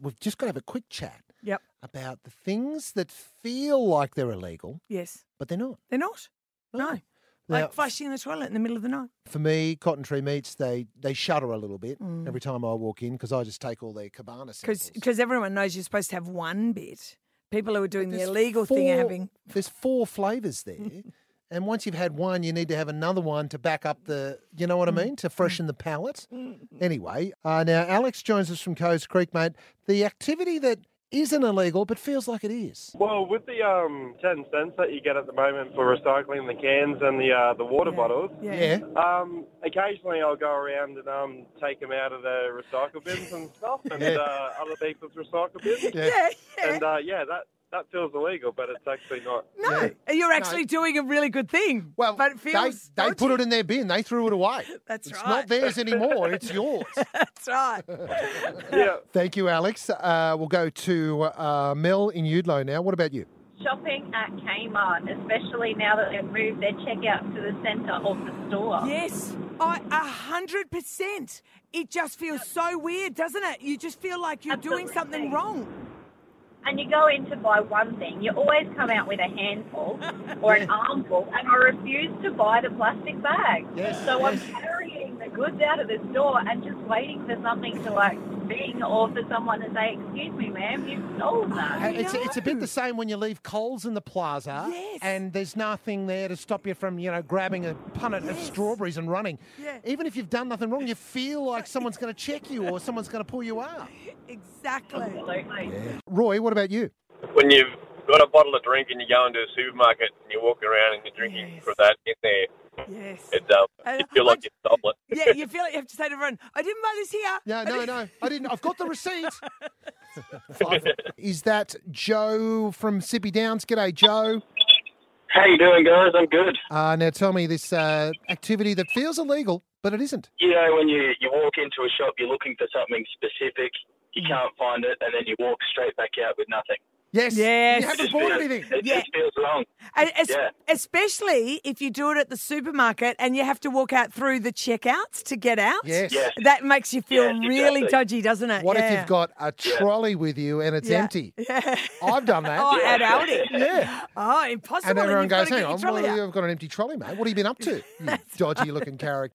we've just got to have a quick chat Yep. about the things that feel like they're illegal, Yes. but they're not. They're not. No. Now, like flushing the toilet in the middle of the night. for me, cotton tree meats, they, they shudder a little bit Mm. every time I walk in because I just take all their cabana samples. Because everyone knows you're supposed to have one bit. People who are doing the There's illegal thing are four- having. There's four flavours there. and once you've had one, you need to have another one to back up the, you know what I Mm. mean, to freshen the palate. Anyway, uh, now Alex joins us from Coes Creek, mate. The activity that isn't illegal but feels like it is. Well, with the um, 10 cents that you get at the moment for recycling the cans and the uh, the water bottles, Yeah. Yeah. um, occasionally I'll go around and um, take them out of the recycle bins and stuff and Yeah. uh, other people's recycle bins. Yeah. Yeah. yeah. And uh, yeah, that, that feels illegal, but it's actually not. No, you're actually doing a really good thing. Well, but it feels they, they put dodgy. it in their bin. They threw it away. That's it's right. not theirs anymore. It's yours. That's right. Yeah. Thank you, Alex. Uh, we'll go to uh, Mel in Udlow now. What about you? shopping at Kmart, especially now that they've moved their checkout to the centre of the store. Yes, I a hundred percent. It just feels so weird, doesn't it? You just feel like you're doing something Absolutely. wrong. And you go in to buy one thing, you always come out with a handful or an armful, and I refuse to buy the plastic bag. Yes, so yes. I'm carrying the goods out of the store and just waiting for something to like ding or for someone to say, "Excuse me, ma'am, you stole Uh, that." It's, it's a bit the same when you leave Coles in the plaza Yes. and there's nothing there to stop you from, you know, grabbing a punnet of Yes. strawberries and running. Yeah. Even if you've done nothing wrong, you feel like someone's going to check you or someone's going to pull you up. Exactly. Absolutely. Roy, what about you? when you've got a bottle of drink and you go into a supermarket and you're walking around and you're drinking Yes. for that in there, Yes. it, um, Uh, you feel I- like you stole it. Yeah, you feel like you have to say to everyone, "I didn't buy this here." Yeah, I no, didn't- no, I didn't. I've got the receipt. Five. Is that Joe from Sippy Downs? G'day, Joe. How you doing, guys? I'm good. Uh, now tell me this uh, activity that feels illegal, but it isn't. You know, when you, you walk into a shop, you're looking for something specific, you Mm. can't find it, and then you walk straight back out with nothing. Yes. Yes. You It haven't just bought feels- anything. It Yeah. just feels wrong. And es- Yeah. Especially if you do it at the supermarket and you have to walk out through the checkouts to get out. Yes. Yes. That makes you feel Yes, really exactly. dodgy, doesn't it? What if Yeah. you've got a trolley with you and it's Yeah. empty? Yeah. I've done that. Oh, at Aldi. Yeah. Oh, impossible. And everyone you've got goes, to get hang your on, trolley well, out." you've got an empty trolley, mate. What have you been up to? You dodgy looking character.